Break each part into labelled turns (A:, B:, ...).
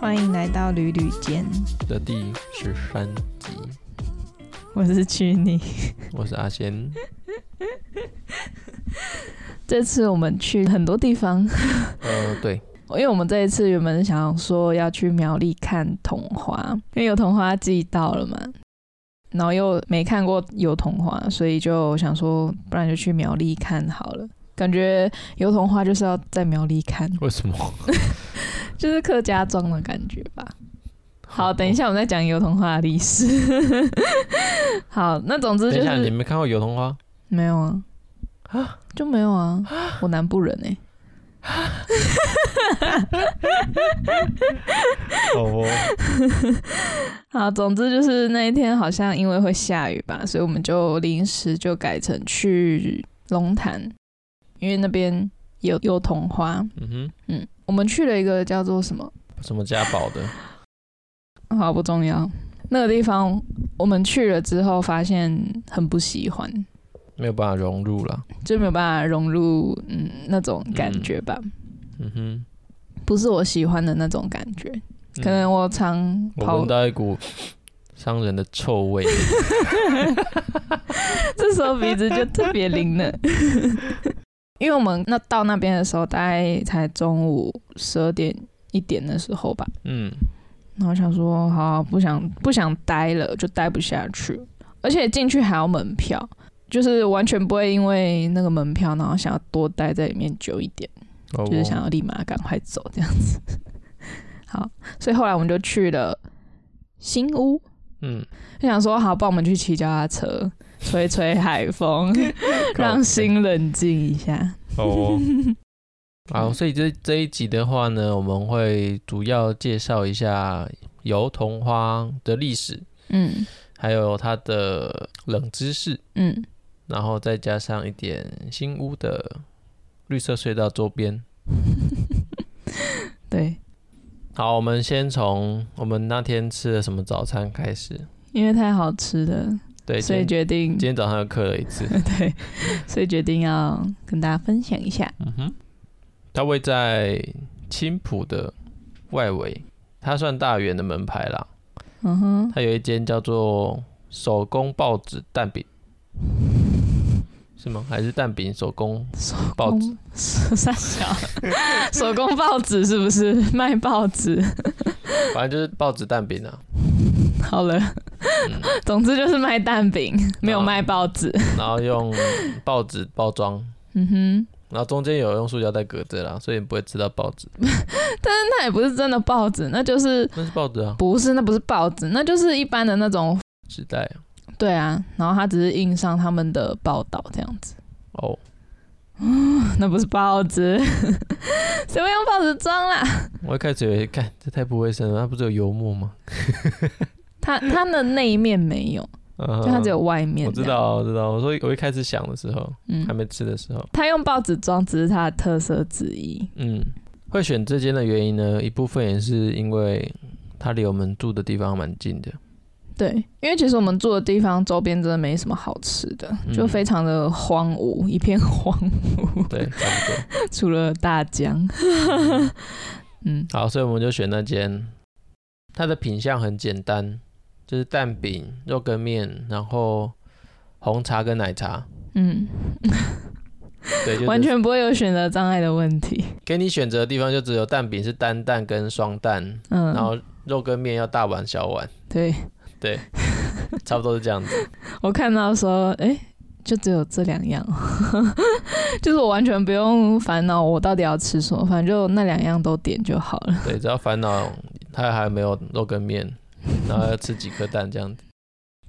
A: 欢迎来到旅旅间，
B: 的第十三集，
A: 我是曲妮。
B: 我是 阿贤。
A: 这次我们去很多地方，
B: 呃，对，
A: 因为我们这一次原本想说要去苗栗看桐花，因为有桐花季到了嘛，然后又没看过油桐花，所以就想说，不然就去苗栗看好了。感觉油桐花就是要在苗栗看，
B: 为什么？
A: 就是客家庄的感觉吧。好，等一，下我们再讲油桐花的历史。 好，那总之
B: 等
A: 就
B: 一下，你
A: 是
B: 没看过油桐花？
A: 没有啊，就没有啊，我南部人哎、
B: 哦，
A: 好，总之就是那一天好像因为会下雨吧，所以我们就临时就改成去龙潭，因为那边有有桐花。
B: 嗯
A: 嗯，我们去了一个叫做什么？
B: 哼，什么家宝的？
A: 好不重要。那个地方我们去了之后，发现很不喜欢，
B: 没有办法融入了。
A: 就没有办法融入嗯那种感觉吧，
B: 嗯哼，
A: 不是我喜欢的那种感觉。
B: 嗯
A: 可能我常
B: 我
A: 跑
B: 闻到一股伤人的臭味。
A: 这时候鼻子就特别灵 了。因为我们那到那边的时候，大概才中午十二点一点的时候吧，
B: 嗯，
A: 然后想说，好、不想不想待了，就待不下去，而且进去还要门票，就是完全不会因为那个门票，然后想要多待在里面久一点，
B: 哦
A: 就是想要立马赶快走这样子。 好，所以后来我们就去了新屋，
B: 嗯，
A: 就想说，好，帮我们去骑脚踏 车，吹吹海风，让心冷静一下。
B: 哦。 好，所以这这一集的话呢，我们会主要介绍一下油桐花的历史，
A: 嗯
B: 还有它的冷知识。
A: 嗯，
B: 然后再加上一点新屋的绿色隧道周边。
A: 对，
B: 好，我们先从我们那天吃了什么早餐开始。
A: 因为太好吃了，
B: 对，
A: 所以
B: 今天
A: 决定
B: 今天早上又刻了一次。
A: 对，所以决定要跟大家分享一下。
B: 嗯哼，它位在青浦的外围，它算大园的门牌啦。
A: 嗯哼，
B: 它有一间叫做手工报纸蛋 饼，是吗？还是蛋饼手工
A: 手
B: 报纸？
A: 工
B: 嗯
A: 三小 手工报纸是不是卖报纸？
B: 反正就是报纸蛋饼啊。
A: 好了，
B: 嗯，
A: 总之就是卖蛋饼，没有
B: 啊
A: 卖报纸。
B: 然后用报纸包装。
A: 嗯哼，
B: 然后中间有用塑胶袋隔着啦，所以你不会吃到报纸。
A: 那也不是真的报纸，那就是
B: 那是报纸啊，
A: 不是那不是报纸，那就是一般的那种
B: 纸袋啊
A: 对啊，然后他只是印上他们的报道这样子，
B: 哦。
A: 那不是报纸， 谁会用报纸装啦？
B: 我一开始以为，看这太不卫生了，它不是有油 墨吗？
A: 它它的那一面没有，
B: 嗯
A: 就它只有外面。
B: 我知，道，我知道。我说我一开始想的时候，
A: 嗯
B: 还，没吃的时候，
A: 他用报纸装只是他的特色之一。
B: 嗯，会选这间的原因呢，一部分也是因为它离我们住的地方蛮近的。
A: 对，因为其实我们住的地方周边真的没什么好吃的，
B: 嗯
A: 就非常的荒芜，一片 荒芜，
B: 对，差不多。
A: 除了大 江。嗯
B: 好，所以我们就选那间。它的品相很简单，就是蛋饼、肉羹面，然后红茶跟奶茶。
A: 嗯，
B: 对，就是
A: 完全不会有选择障碍的问题。
B: 给你选择的地方就只有蛋饼是单蛋跟双蛋，然
A: 嗯，
B: 后肉跟面要大碗小 碗，
A: 对。
B: 对，差不多是这样子。
A: 我看到说，哎、就只有这两样， 就是我完全不用烦恼我到底要吃什么，反正就那两样都点就好了。
B: 对，只要烦恼他还没有肉 跟面，然后要吃几颗蛋这样子。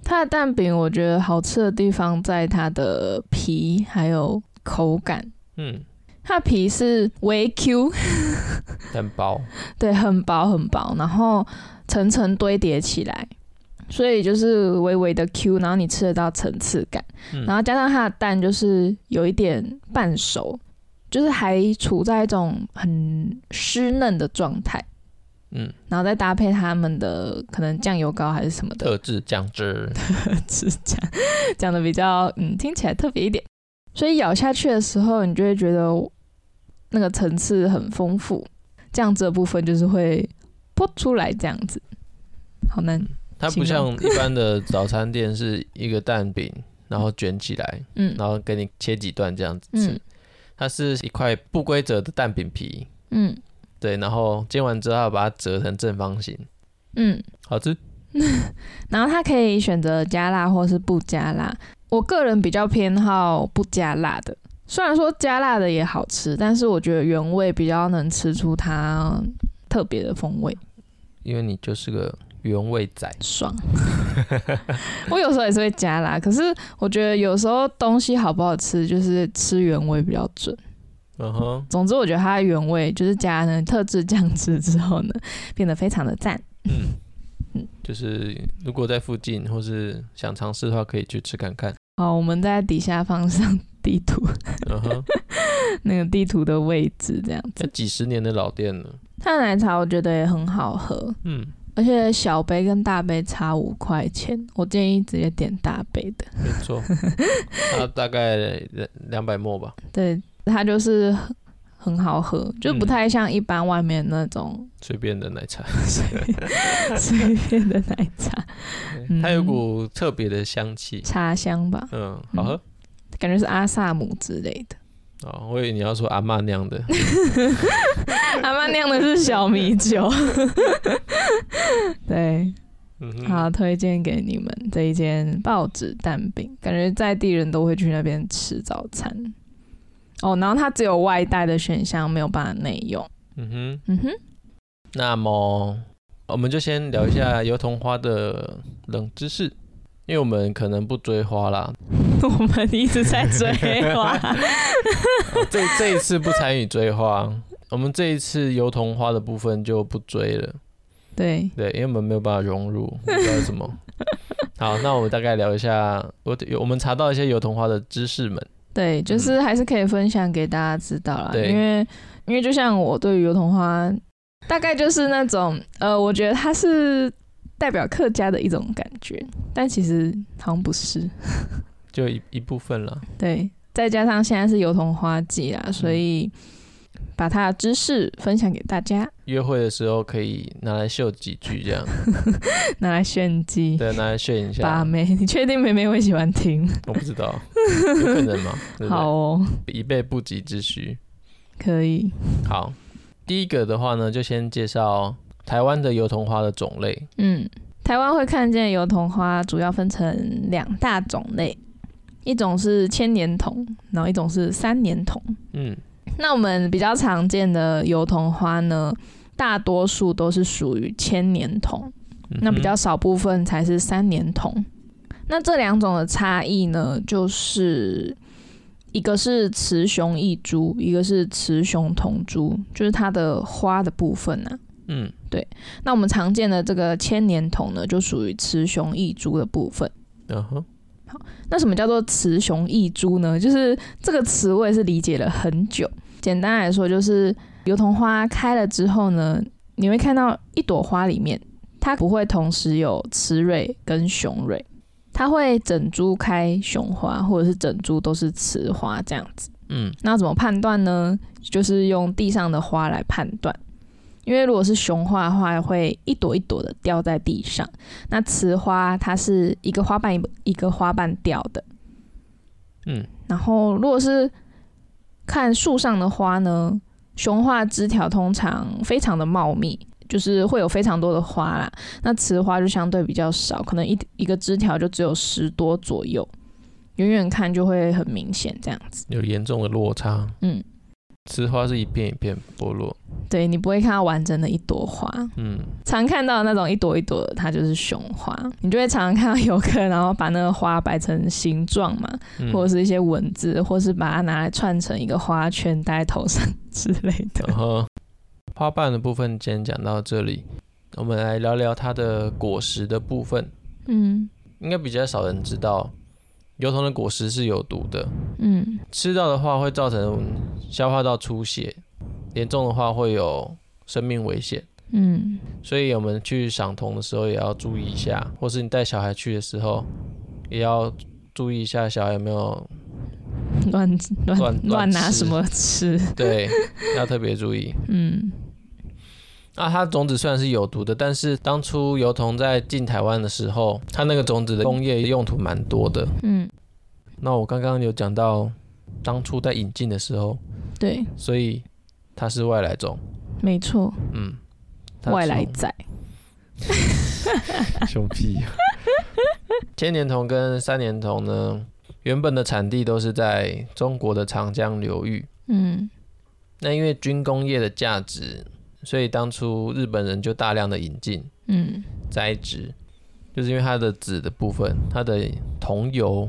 A: 它的蛋饼我觉得好吃的地方在它的皮还有口感，
B: 嗯，
A: 它的皮是微 Q，
B: 很薄，
A: 对，很薄很薄，然后层层堆叠起来。所以就是微微的 Q，然后你吃得到层次感，
B: 嗯
A: 然后加上它的蛋就是有一点半熟，就是还处在一种很湿嫩的状态，
B: 嗯，
A: 然后再搭配他们的可能酱油膏还是什么的
B: 特制酱 汁，
A: 吃酱，讲的比较嗯听起来特别一点，所以咬下去的时候，你就会觉得那个层次很丰富，酱汁的部分就是会泼出来这样子，好难。
B: 它不像一般的早餐店是一个蛋饼，然后卷起来，
A: 嗯
B: 然后给你切几段这样子吃。
A: 嗯
B: 它是一块不规则的蛋饼皮，
A: 嗯
B: 对，然后煎完之后把它折成正方形，
A: 嗯，
B: 好吃。
A: 然后它可以选择加辣或是不加辣。我个人比较偏好不加辣的，虽然说加辣的也好吃，但是我觉得原味比较能吃出它特别的风味，
B: 因为你就是个原味仔，
A: 爽。我有时候也是会加辣，可是我觉得有时候东西好不好吃，就是吃原味比较准。
B: 嗯哼，
A: 总之，我觉得它的原味就是加了特制酱汁之后呢，变得非常的赞。
B: 就是如果在附近或是想尝试的话，可以去吃看看。
A: 好，我们在底下放上地图，
B: 嗯哼，
A: 那个地图的位置这样
B: 这
A: 子。
B: 几十年的老店了，
A: 它的奶茶我觉得也很好喝，
B: 嗯，
A: 而且小杯跟大杯差五块钱，我建议直接点大杯的。
B: 没错，它大概两两百沫吧，
A: 对，它就是很很好喝，就不
B: 嗯
A: 太像一般外面那 种
B: 随便的奶茶，
A: 随随便的奶茶，嗯
B: 它有股特别的香气，
A: 茶香吧，
B: 嗯，好喝。
A: 感觉是阿萨姆之类的。
B: 哦，我以为你要说阿嬷酿的，
A: 阿妈酿的是小米酒， 对，
B: 嗯哼，
A: 好，推荐给你们这一间报纸蛋饼，感觉在地人都会去那边吃早餐。哦，然后它只有外带的选项，没有办法内用。
B: 嗯哼，
A: 嗯哼，
B: 那么我们就先聊一下油桐花的冷知识，因为我们可能不追花啦，
A: 我们一直在追 花，
B: 哦这这一次不参与追花，我们这一次油桐花的部分就不追了，
A: 对，
B: 对，因为我们没有办法融入，不知道为什么。 好，那我们大概聊一下，我有我们查到一些油桐花的知识们，
A: 对，就是还是可以分享给大家知道啦，
B: 嗯对
A: 因为因为就像我对于油桐花，大概就是那种呃，我觉得它是代表客家的一种感觉，但其实好像不是。
B: 就一一部分了。
A: 对，再加上现在是油桐花季
B: 嗯
A: 啦，所以把它的知识分享给大家，
B: 约会的时候可以拿来秀几句，这样，
A: 拿来炫技。
B: 对，拿来炫一
A: 把
B: 下。
A: 妹，你确定妹妹会喜欢听？
B: 我不知道，有可能吗？对不对
A: 好哦，
B: 以备不急之需。
A: 可以。
B: 好，第一个的话呢，就先介绍台湾的油桐花的种类。
A: 嗯，台湾会看见油桐花主要分成两大种类，一种是千年桐，然后一种是三年桐。
B: 嗯，
A: 那我们比较常见的油桐花呢，大多数都是属于千年桐。
B: 嗯
A: 那比
B: 哼
A: 较少部分才是三年桶。那这两种的差异呢，就是一个是雌雄异株，一个是雌雄同株，就是它的花的部分呢、
B: 嗯
A: 那我们常见的这个千年桶呢，就属于雌雄异株的部分。
B: 嗯哼
A: 那什么叫做雌雄异株呢？就是这个词我也是理解了很久。简单来说，就是油桐花开了之后呢，你会看到一朵花里面，它不会同时有雌蕊跟雄蕊，它会整株开雄花，或者是整株都是雌花这样子。
B: 嗯
A: 那怎么判断呢？就是用地上的花来判断。因为如果是雄花的话，会一朵一朵的掉在地上；那雌花它是一个花瓣一一个花瓣掉的。
B: 嗯
A: 然后如果是看树上的花呢，雄花枝条通常非常的茂密，就是会有非常多的花啦。那雌花就相对比较少，可能一一个枝条就只有十多左右，远远看就会很明显这样子。
B: 有严重的落差。
A: 嗯，
B: 雌花是一片一片剥落。
A: 对你不会看到完整的一朵花，
B: 嗯，
A: 常看到的那种一朵一朵的，它就是雄花。你就会常常看到游客，然后把那个花摆成形状嘛，
B: 嗯
A: 或者是一些文字，或是把它拿来串成一个花圈戴在头上之类的。
B: 然后花瓣的部分先讲到这里，我们来聊聊它的果实的部分。
A: 嗯
B: 应该比较少人知道，油桐的果实是有毒的，
A: 嗯
B: 吃到的话会造成消化道出血，严重的话会有生命危险。
A: 嗯
B: 所以我们去赏桐的时候也要注意一下，或是你带小孩去的时候，也要注意一下小孩有没有
A: 乱乱
B: 乱
A: 乱拿
B: 吃
A: 什么吃？
B: 对，要特别注意。
A: 嗯
B: 那啊它种子虽然是有毒的，但是当初油桐在进台湾的时候，它那个种子的工业用途蛮多的。
A: 嗯，
B: 那我刚刚有讲到，当初在引进的时候，
A: 对，
B: 所以它是外来种，
A: 没错，
B: 嗯，它
A: 外来
B: 从
A: 仔，
B: 凶屁、千年桐跟三年桐呢，原本的产地都是在中国的长江流域。
A: 嗯
B: 那因为军工业的价值，所以当初日本人就大量的引进
A: 嗯
B: 栽植，就是因为它的籽的部分，它的桐油，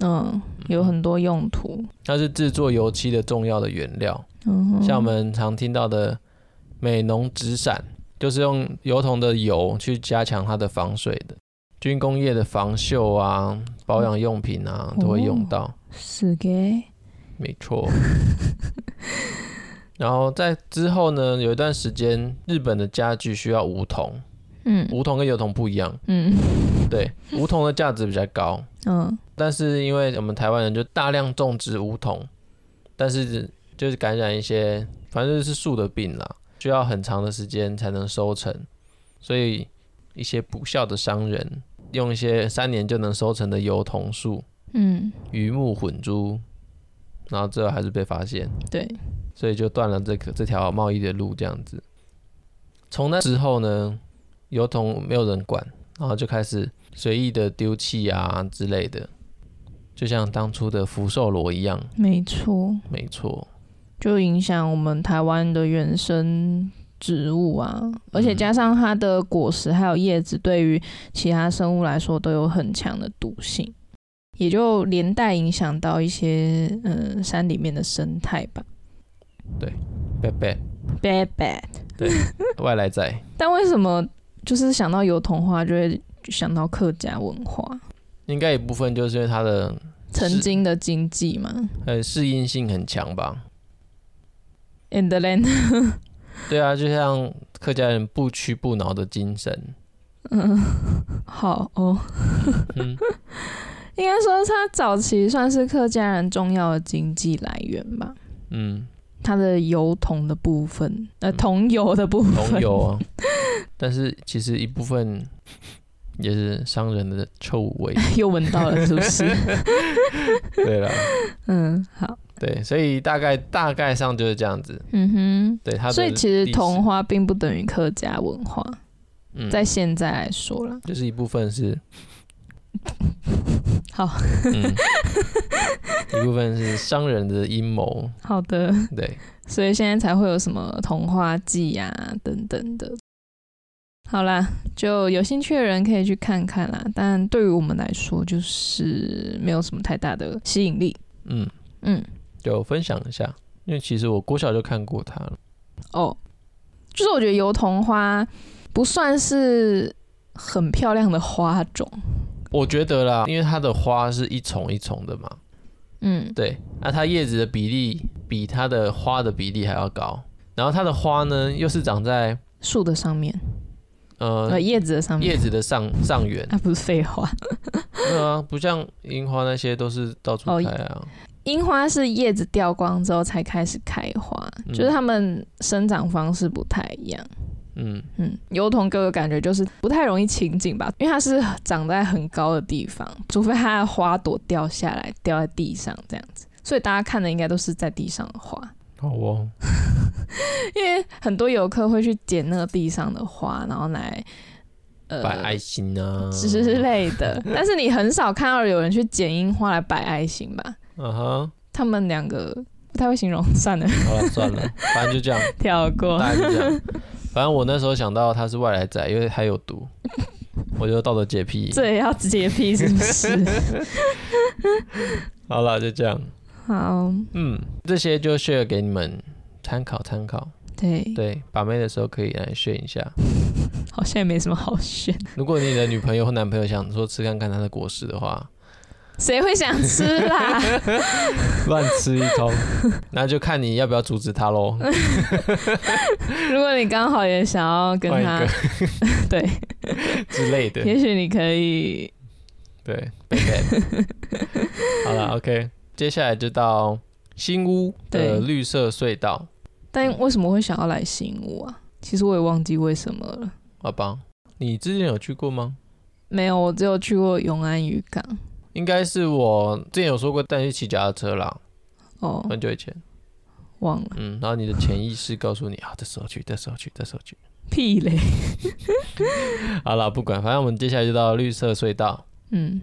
A: 嗯，有很多用途，
B: 它是制作油漆的重要的原料。
A: 嗯哼，
B: 像我们常听到的美浓纸伞，就是用油桐的油去加强它的防水的。军工业的防锈啊、保养用品
A: 哦
B: 啊，都会用到。
A: 是给，
B: 没 错。然后在之后呢，有一段时间，日本的家具需要梧桐，
A: 嗯
B: 梧桐跟油桐不一样，
A: 嗯
B: 对，梧桐的价值比较高，
A: 嗯
B: 但是因为我们台湾人就大量种植梧桐，但是就是感染一些，反正就是树的病啦，需要很长的时间才能收成，所以一些不孝的商人用一些三年就能收成的油桐树
A: 嗯，
B: 鱼目混珠，然后最后还是被发现。
A: 对，
B: 所以就断了这个这条贸易的路，这样子。从那之后呢，油桶没有人管，然后就开始随意的丢弃啊之类的，就像当初的福寿螺一样，
A: 没错，
B: 没错，
A: 就影响我们台湾的原生植物啊，而且加上它的果实还有叶子，对于其他生物来说都有很强的毒性，也就连带影响到一些嗯、呃山里面的生态吧。
B: 贝贝
A: Bad bad，
B: 外来仔，
A: 但为什么就是想到油桐花就会想到客家文化？
B: 应该一部分就是因为它的
A: 曾经的经济嘛
B: 呃适应性很强吧？
A: ，in the land，
B: 对啊，就像客家人不屈不挠的精神，
A: 嗯，好哦，
B: 嗯，
A: 应该说它早期算是客家人重要的经济来源吧。
B: 嗯，
A: 它的油桶的部分，呃，
B: 嗯
A: 桐油的部分，
B: 同游啊，但是其实一部分也是商人的臭味。
A: 又闻到了，是不 是？
B: 对了，
A: 嗯，好，
B: 对，所以大概大概上就是这样子。
A: 嗯
B: 对，它
A: 哼。
B: 的
A: 所以其实
B: 历史
A: 桐花并不等于客家文化，
B: 嗯
A: 在现在来说啦，
B: 就是一部分是，
A: 好
B: 嗯，一部分是商人的阴谋。
A: 好的，
B: 对，
A: 所以现在才会有什么桐花季啊等等的。好啦，就有兴趣的人可以去看看啦，但对于我们来说，就是没有什么太大的吸引力。
B: 嗯，
A: 嗯，
B: 就分享一下，因为其实我国小就看过它了。
A: 哦，就是我觉得油桐花不算是很漂亮的花种，
B: 我觉得啦，因为它的花是一丛一丛的嘛，
A: 嗯
B: 对，那它叶子的比例比它的花的比例还要高，然后它的花呢又是长在
A: 树的上面，
B: 呃
A: 呃，叶子的上面，
B: 叶子的上上缘，
A: 那、不是废话。
B: 对啊，不像樱花那些都是到处
A: 哦
B: 开啊，
A: 樱花是叶子掉光之后才开始开花，
B: 嗯
A: 就是它们生长方式不太一样。
B: 嗯，
A: 嗯，油桐给我的感觉就是不太容易亲近吧，因为它是长在很高的地方，除非它的花朵掉下来掉在地上这样子，所以大家看的应该都是在地上的花。
B: 好哦，
A: 因为很多游客会去捡那个地上的花，然后来呃
B: 摆爱心啊
A: 之类 的。但是你很少看到有人去捡樱花来摆爱心吧？
B: 嗯哼，
A: 他们两个不太会形容，算了，
B: 好了算了，反正就 这样，
A: 跳过。
B: 大概就这样。反正我那时候想到他是外来仔，因为他有 毒，我就道德洁癖。
A: 这也要洁癖是不是？
B: 好了，就这样。
A: 好，
B: 嗯，这些就 share 给你们参考参考。
A: 对，
B: 对，把妹的时候可以来 share 一下。
A: 好像也没什么好选，
B: 如果你的女朋友或男朋友想说吃看看他的果实的话，
A: 谁会想吃啦？
B: 乱吃一通， 那就看你要不要阻止他喽。
A: 如果你刚好也想要跟
B: 换一
A: 他
B: 个，
A: 对，
B: 之类的。
A: 也许你可以
B: 对，贝贝。 好了，OK，接下来就到新屋的
A: 对
B: 绿色隧道。
A: 但为什么会想要来新屋啊？其实我也忘记为什么了。
B: 好吧，你之前有去过吗？
A: 没有，我只有去过永安渔港。
B: 应该是我之前有说过带你去骑脚踏车啦，
A: 哦，
B: 很久以前。
A: 忘了
B: 嗯，然后你的潜意识告诉你啊，这时候去，这时候去，这时候去。
A: 屁 嘞。
B: 好了，不管，反正我们接下来就到绿色隧道。
A: 嗯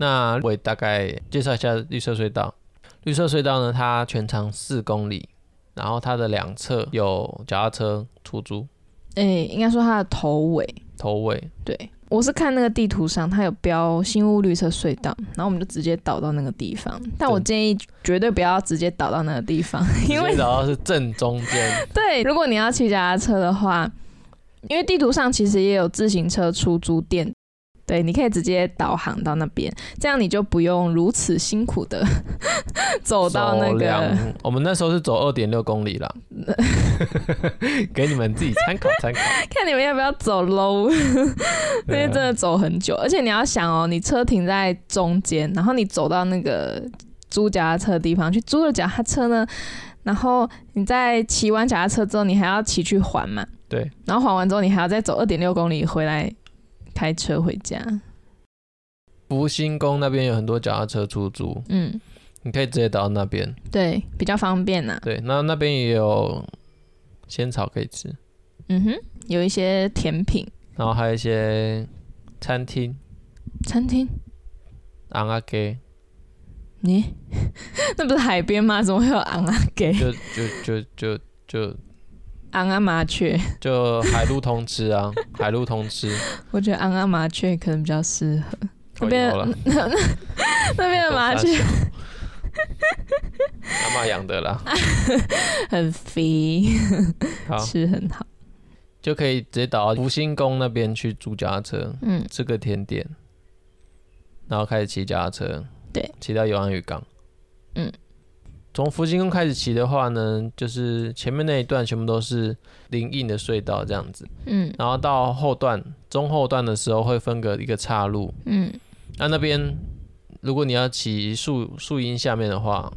B: 那我也大概介绍一下绿色隧道。绿色隧道呢，它全长四公里，然后它的两侧有脚踏车出租
A: 诶、应该说它的头尾。
B: 头尾。
A: 对，我是看那个地图上，它有标新屋绿色隧道，然后我们就直接导到那个地方。但我
B: 对
A: 建议绝对不要直接导到那个地方，因为
B: 直接找到是正中间，
A: 对，如果你要骑脚踏车的话，因为地图上其实也有自行车出租店，对，你可以直接导航到那边，这样你就不用如此辛苦的 走到那
B: 走
A: 个。
B: 两我们那时候是走二点六公里啦，给你们自己参考 参考。
A: 看你们要不要走 low，因为真
B: 啊
A: 的走很久，而且你要想哦，你车停在中间，然后你走到那个租脚踏车的地方去租了脚踏车呢，然后你在骑完脚踏车之后，你还要骑去还嘛，
B: 对，
A: 然后还完之后，你还要再走二点六公里回来开车回家，
B: 福星宫那边有很多脚踏车出租，
A: 嗯，
B: 你可以直接导到那边。
A: 对，比较方便呐、
B: 对，那那边也有仙草可以吃，
A: 嗯哼，有一些甜品
B: 然后还有一些餐厅
A: 餐厅，
B: 昂阿给，
A: 你 那不是海边吗？怎么会有昂啊给
B: 就就就就就
A: 昂啊麻雀？
B: 就海陆通吃啊，海陆通吃。
A: 我觉得安安麻雀可能比较适合那边
B: 哦有啦
A: 那边的 麻雀，
B: 阿妈养的啦。
A: 很肥，
B: 好，
A: 吃很好。
B: 就可以直接导到福星宫那边去租脚踏车，
A: 嗯，
B: 吃个甜点，然后开始骑脚踏车，
A: 对，
B: 骑到永安渔港。
A: 嗯，
B: 从福星宫开始骑的话呢，就是前面那一段全部都是林荫的隧道这样子，
A: 嗯
B: 然后到后段中后段的时候会分隔一个岔路，
A: 嗯
B: 那那边如果你要骑树树荫下面的话，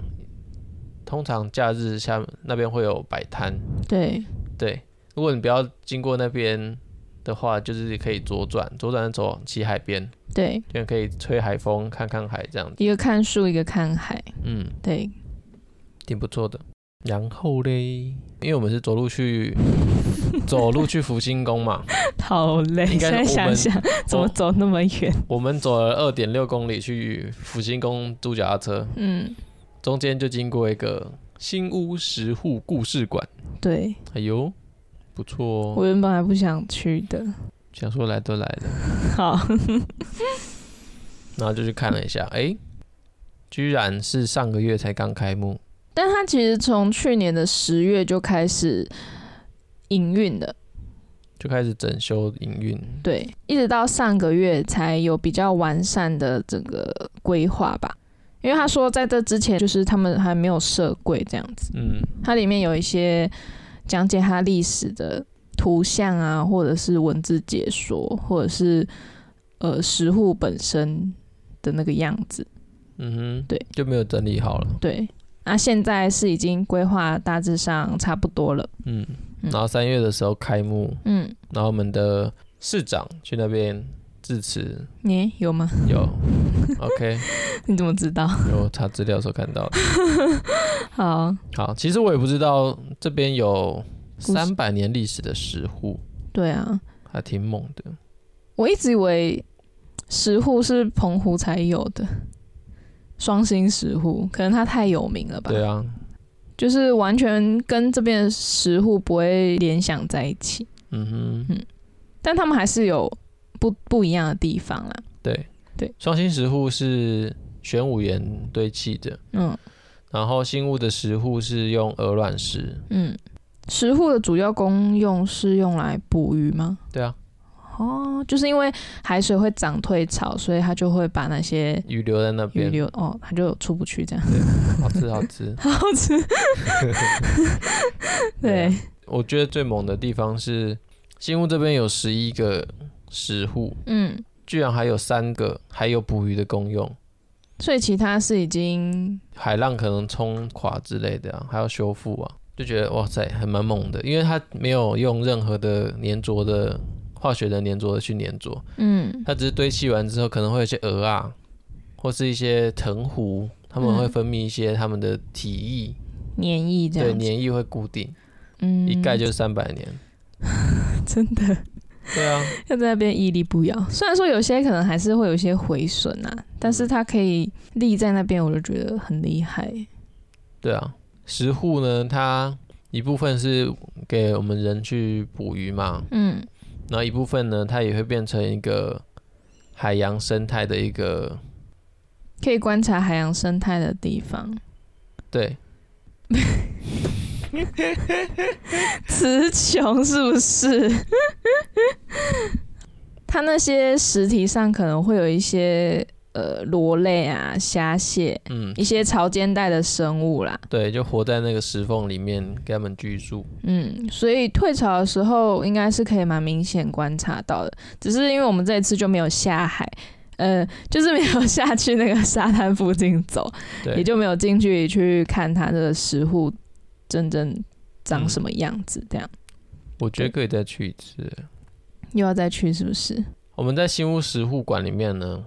B: 通常假日下那边会有摆摊，
A: 对，
B: 对，如果你不要经过那边的话，就是可以左转，左转走骑海边，
A: 对，
B: 这样可以吹海风，看看海这样子，
A: 一个看树，一个看海，
B: 嗯，
A: 对，
B: 挺不错的。然后嘞，因为我们是走路去，走路去福星宫嘛，
A: 好累。
B: 应
A: 现
B: 该
A: 在
B: 是我
A: 想
B: 们
A: 想，怎么走那么远？
B: 我们走了二点六公里去福星宫租脚踏车，
A: 嗯，
B: 中间就经过一个新屋十户故事馆，
A: 对
B: 哎呦，不错哦，
A: 我原本还不想去的。
B: 想说来都来了。
A: 好，
B: 然后就去看了一下，哎、居然是上个月才刚开幕，
A: 但它其实从去年的十月就开始营运的，
B: 就开始整修营运。
A: 对，一直到上个月才有比较完善的这个规划吧。因为他说在这之前，就是他们还没有设柜这样子，
B: 嗯，
A: 它里面有一些讲解它历史的图像啊，或者是文字解说，或者是呃石户本身的那个样子。
B: 嗯哼，
A: 对，
B: 就没有整理好了。
A: 对，那现在是已经规划大致上差不多了。
B: 嗯，
A: 嗯
B: 然后三月的时候开幕，
A: 嗯，
B: 然后我们的市长去那边致辞，
A: 你有吗？
B: 有，OK，
A: 你怎么知道？
B: 有查资料的时候看到的。
A: 好，
B: 好，其实我也不知道这边有三百年历史的石户，
A: 对啊，
B: 还挺猛的。
A: 我一直以为石户是澎湖才有的，双星石户，可能它太有名了吧？
B: 对啊，
A: 就是完全跟这边的石户不会联想在一起，
B: 嗯
A: 嗯
B: 哼，
A: 但他们还是有不不一样的地方啦。
B: 对
A: 对，
B: 双星石户是玄武岩堆砌的，
A: 嗯
B: 然后新屋的石户是用鹅卵石，
A: 嗯，石户的主要功用是用来捕鱼吗？
B: 对啊，
A: 哦，就是因为海水会涨退潮，所以它就会把那些
B: 鱼留在那
A: 鱼
B: 边，
A: 流哦，它就出不去这样。
B: 好吃 好吃。
A: 好好 吃，
B: 对
A: 对
B: 啊，我觉得最猛的地方是新屋这边有十一个石户，
A: 嗯。
B: 居然还有三个还有捕鱼的功用，
A: 所以其他是已经
B: 海浪可能冲垮之类的啊，还要修复啊，就觉得哇塞，还蛮猛的，因为它没有用任何的粘着的化学的粘着的去粘着，
A: 嗯
B: 它只是堆砌完之后可能会有一些蛾啊，或是一些藤壶，它们会
A: 嗯
B: 分泌一些它们的体液，
A: 黏液这
B: 对，
A: 样子，
B: 粘液会固定，
A: 嗯，
B: 一盖就是三百年。
A: 真的
B: 对啊，
A: 要在那边屹立不摇。虽然说有些可能还是会有一些毁损啊，但是它可以立在那边，我就觉得很厉害。
B: 对啊，石沪呢，它一部分是给我们人去捕鱼嘛，
A: 嗯
B: 然后一部分呢，它也会变成一个海洋生态的一个
A: 可以观察海洋生态的地方，
B: 对，
A: 词穷是不是？ 它那些实体上可能会有一些呃螺类啊、虾蟹、
B: 嗯，
A: 一些潮间带的生物啦，
B: 对，就活在那个石缝里面，给他们居住。
A: 嗯，所以退潮的时候应该是可以蛮明显观察到的，只是因为我们这一次就没有下海，呃，就是没有下去那个沙滩附近走，
B: 对，
A: 也就没有近距离去看它的石户真正长什么样子，这样、
B: 我觉得可以再去一次。
A: 又要再去是不是？
B: 我们在新屋石护馆里面呢，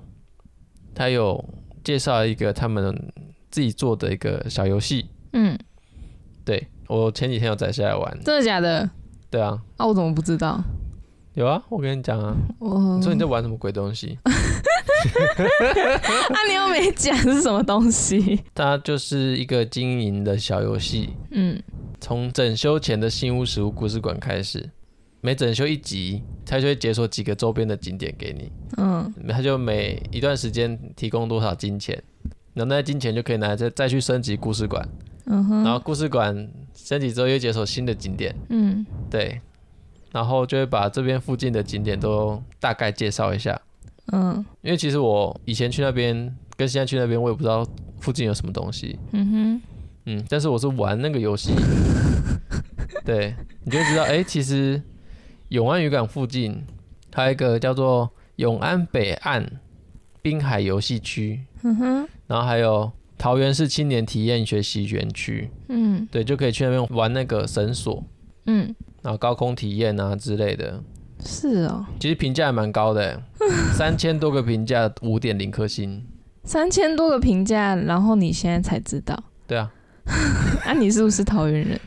B: 它有介绍一个他们自己做的一个小游戏。
A: 嗯，
B: 对我前几天有摘下来玩。
A: 真的假的？
B: 对啊，
A: 啊，我怎么不知道？
B: 有啊，我跟你讲啊，
A: 我
B: 你说你在玩什么鬼东西？
A: 啊，你又没讲是什么东 西？
B: 它就是一个经营的小游戏，
A: 嗯，
B: 从整修前的新屋食物故事馆开始，每整修一集，它就会解锁几个周边的景点给你。
A: 嗯，
B: 它就每一段时间提供多少金钱，然后那些金钱就可以拿来再再去升级故事馆，
A: 嗯
B: 然
A: 哼，
B: 后故事馆升级之后又解锁新的景点，
A: 嗯，
B: 对，然后就会把这边附近的景点都大概介绍一下。
A: 嗯，
B: 因为其实我以前去那边跟现在去那边，我也不知道附近有什么东西。
A: 嗯
B: 嗯，但是我是玩那个游戏， 对，你就知道，哎、其实永安渔港附近还有一个叫做永安北岸滨海游戏区，
A: 哼，嗯哼，
B: 然后还有桃园市青年体验学习园区，
A: 嗯
B: 对，就可以去那边玩那个绳索，
A: 嗯，
B: 然后高空体验啊之类的，
A: 是哦。
B: 其实评价还蛮高的、欸三千多个评价，五点零颗星，
A: 三千多个评价，然后你现在才知 道，
B: 对啊，
A: 啊，你是不是桃园人？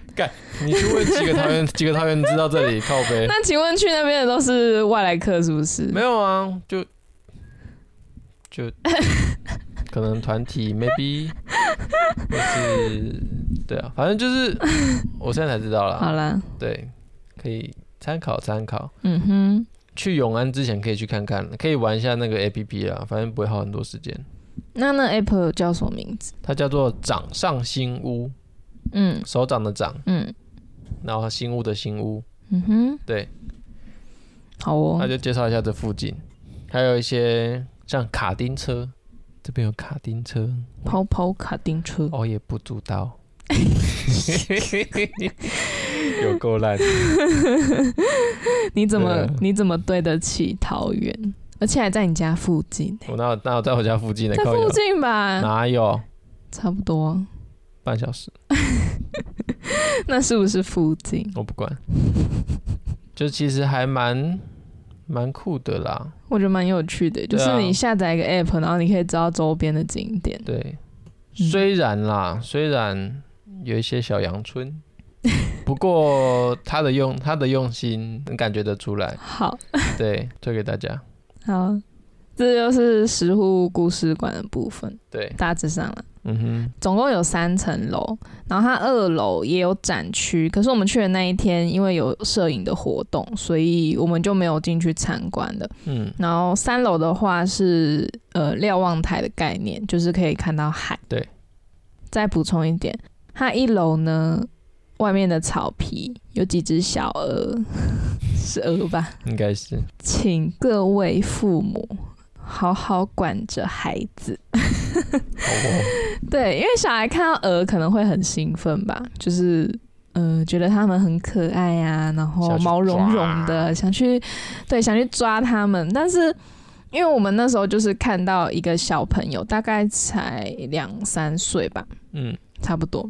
B: 你去问几个桃 园，几个桃园知道这里靠 背？
A: 那请问去那边的都是外来客是不是？
B: 没有啊，就就可能团体 maybe 或是对啊，反正就是我现在才知道
A: 好
B: 啦。
A: 啦，
B: 对，可以参考参考。
A: 嗯哼，
B: 去永安之前可以去看看，可以玩一下那个 A P P 啊，反正不会耗很多时间。
A: 那那 Apple 叫什么名字？
B: 它叫做掌上新屋，
A: 嗯
B: 手掌的掌，
A: 嗯
B: 然后新屋的新屋。
A: 嗯哼，
B: 对，
A: 好
B: 那
A: 哦，
B: 就介绍一下这附近，还有一些像卡丁车，这边有卡丁车，
A: 跑跑卡丁车，
B: 哦，也不主 导，有够烂。
A: 你怎么、
B: 对啊
A: 你怎么对得起桃园？而且还在你家附近，
B: 我哪有哪有在我家附近的？
A: 在
B: 靠
A: 附
B: 有
A: 近啊吧，
B: 哪有
A: 差不多。
B: 半小时？
A: 那是不是附近？
B: 我不管。就其实还蛮蛮酷的啦，
A: 我觉得蛮有趣的，欸就
B: 对
A: 是
B: 啊
A: 你下载一个 App，然后你可以知道周边的景点。
B: 对。
A: 嗯
B: 虽然啦，虽然有一些小阳春，不过他的用他的用心能感觉得出来，
A: 好，
B: 对，推给大家。
A: 好，这就是石户故事馆的部分，
B: 对，
A: 大致上了。
B: 嗯哼，
A: 总共有三层楼，然后它二楼也有展区，可是我们去的那一天因为有摄影的活动，所以我们就没有进去参观的。
B: 嗯，
A: 然后三楼的话是呃瞭望台的概念，就是可以看到海。
B: 对，
A: 再补充一点，它一楼呢外面的草皮有几只小鹅， 是鹅吧？
B: 应该是
A: 请各位父母好好管着孩子。
B: 好哦，
A: 对，因为小孩看到鹅可能会很兴奋吧，就是呃觉得它们很可爱呀、然后
B: 想去啊
A: 毛茸茸的，想去对想去抓它们，但是。因为我们那时候就是看到一个小朋友，大概才两三岁吧，
B: 嗯，
A: 差不多。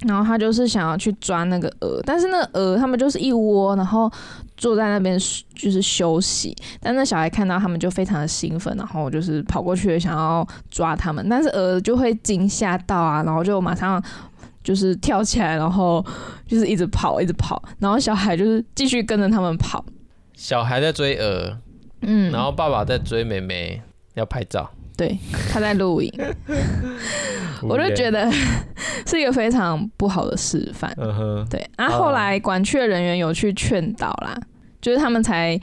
A: 然后他就是想要去抓那个鹅，但是那个鹅他们就是一窝，然后坐在那边就是休息。但那小孩看到他们就非常的兴奋，然后就是跑过去想要抓他们，但是鹅就会惊吓到啊，然后就马上就是跳起来，然后就是一直跑，一直跑，然后小孩就是继续跟着他们跑。
B: 小孩在追鹅，
A: 嗯，
B: 然后爸爸在追妹妹，要拍照。
A: 对，他在 录影，我就觉
B: 得，
A: 得是一个非常不好的示范。
B: 嗯哼，
A: 对啊，
B: 哦
A: 后来管区的人员有去劝导啦，就是他们才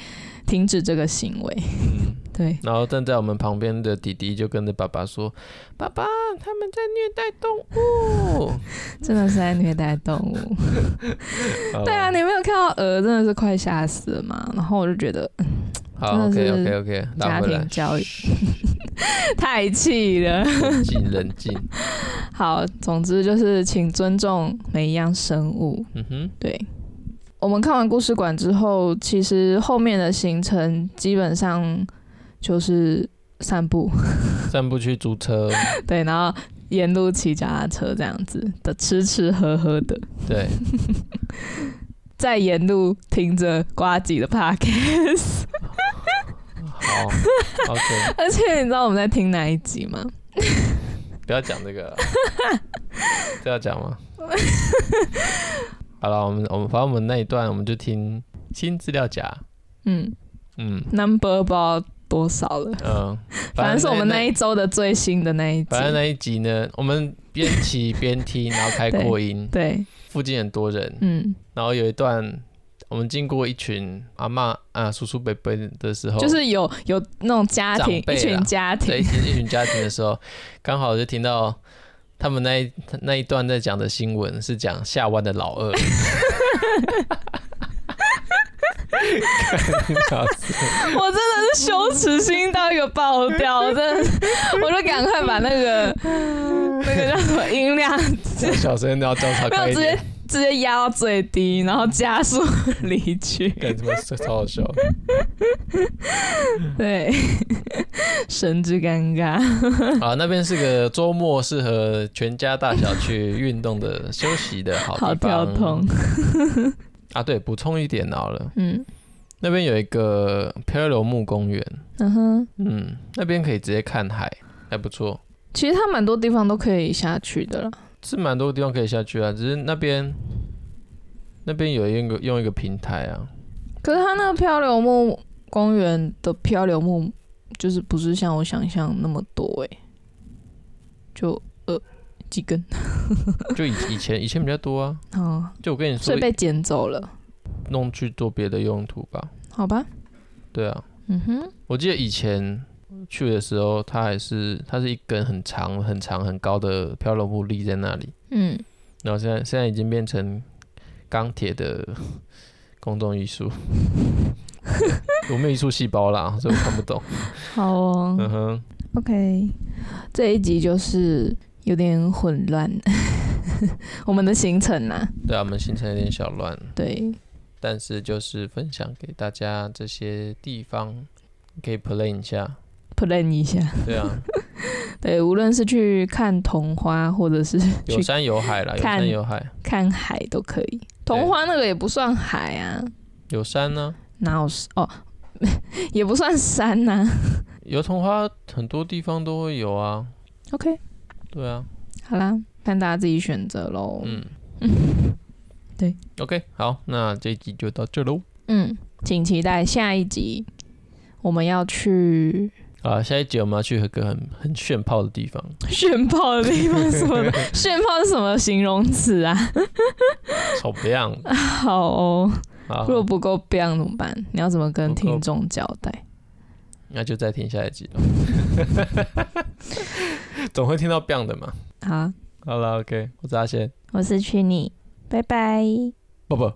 A: 停止这个行为。
B: 嗯
A: 对，
B: 然后站在我们旁边的弟弟就跟着爸爸说：“爸爸，他们在虐待动物。
A: 真的是在虐待动 物。
B: 好”
A: 对啊，你没有看到鹅真的是快吓死了嘛？然后我就觉得嗯
B: 好
A: 真的
B: ，OK
A: 是
B: OK OK，
A: 家
B: 拉回来
A: 庭，教育 太气了。
B: 冷静冷静。
A: 好，总之就是请尊重每一样生物。
B: 嗯哼，
A: 对，我们看完故事馆之后，其实后面的行程基本上就是散步，
B: 散步去租车，
A: 对，然后沿路骑脚踏车这样子的，吃吃喝喝的，
B: 对，
A: 再沿路听着瓜吉的 podcast。
B: 好，OK，
A: 而且你知道我们在听哪一集吗？
B: 不要讲 这个了，这要讲吗？ 好了，我们我们反正我们那一段我们就听新资料夹，
A: 嗯
B: 嗯
A: ，number 不知道多少了，
B: 嗯、呃
A: 反正是我们那
B: 一
A: 一周的最新的那一集
B: 反。正那一集呢，我们边骑边听，然后开
A: 对
B: 扩音，
A: 对，
B: 附近很多人，
A: 嗯，
B: 然后有一段我们经过一群阿嬷啊叔叔伯伯的时候，
A: 哦就是有有那种家庭
B: 长辈
A: 一
B: 啦
A: 群家
B: 在一
A: 庭，
B: 群一群家庭的时候，刚好就听到他们那一那一段在讲的新闻是讲下湾的老二。笑死
A: 我真的是羞耻心到一个爆掉， 我真的是，我就赶快把那个那个叫什么音量
B: 我小声然后交叉
A: 没有
B: 开一
A: 直接
B: 点，
A: 直接压到最低，然后加速离去。
B: 干什么超好笑。
A: 对，神之尴尬。
B: 啊，那边是个周末适合全家大小去运动的、休息的好
A: 好
B: 地
A: 跳
B: 方。
A: 痛
B: 啊，对，补充一点好了，
A: 嗯
B: 那边有一个漂流木公园，
A: 嗯哼，
B: 嗯，那边可以直接看海，还不错。
A: 其实它蛮多地方都可以下去的了。
B: 是蛮多地方可以下去啊，只是那边那边有一个用一个平台啊，
A: 可是它那个漂流木公园的漂流木，就是不是像我想象那么多哎、就呃几根，
B: 就以以前以前比较多啊，
A: 哦，
B: 就我跟你
A: 所
B: 说
A: 以被捡走了，
B: 弄去做别的用途吧，
A: 好吧？
B: 对啊，
A: 嗯哼，
B: 我记得以前去的时候，它还是它是一根很长很长很高的漂流木立在那里，
A: 嗯，
B: 然后现在现在已经变成钢铁的公众艺术，我没有艺术细胞啦，所以我看不懂，
A: 好哦。
B: 嗯哼，
A: OK，这一集就是有点混乱， 我们的行程呐、
B: 对啊，我们行程有点小乱。
A: 对，
B: 但是就是分享给大家这些地方，你可以 plan 一下。
A: plan 一下。
B: 对啊，
A: 对，无论是去看桐花，或者是
B: 有
A: 去
B: 山有海啦，有
A: 看
B: 山有海，
A: 看海都可以。桐花那个也不算海啊，
B: 有山呢、
A: 哪有哦，也不算山呐、
B: 油桐花很多地方都会有啊。
A: OK，
B: 对啊，
A: 好啦，看大家自己选择喽。
B: 嗯，
A: 对
B: ，OK，好，那这一集就到这喽。
A: 嗯，请期待下一集，我们要去
B: 啊，下一集我们要去一个很很炫炮的地方，
A: 炫炮的地方，什么的 炫炮是什么形容词啊？
B: 超不样
A: 好哦，
B: 啊
A: 如！果不够 b 怎么办？你要怎么跟
B: 不够
A: 听众交代？
B: 那就再听下一集 了。总会听到 bang 的嘛。
A: 好，
B: 好了，OK，我是阿贤，
A: 我是曲妮，拜拜。
B: 不不。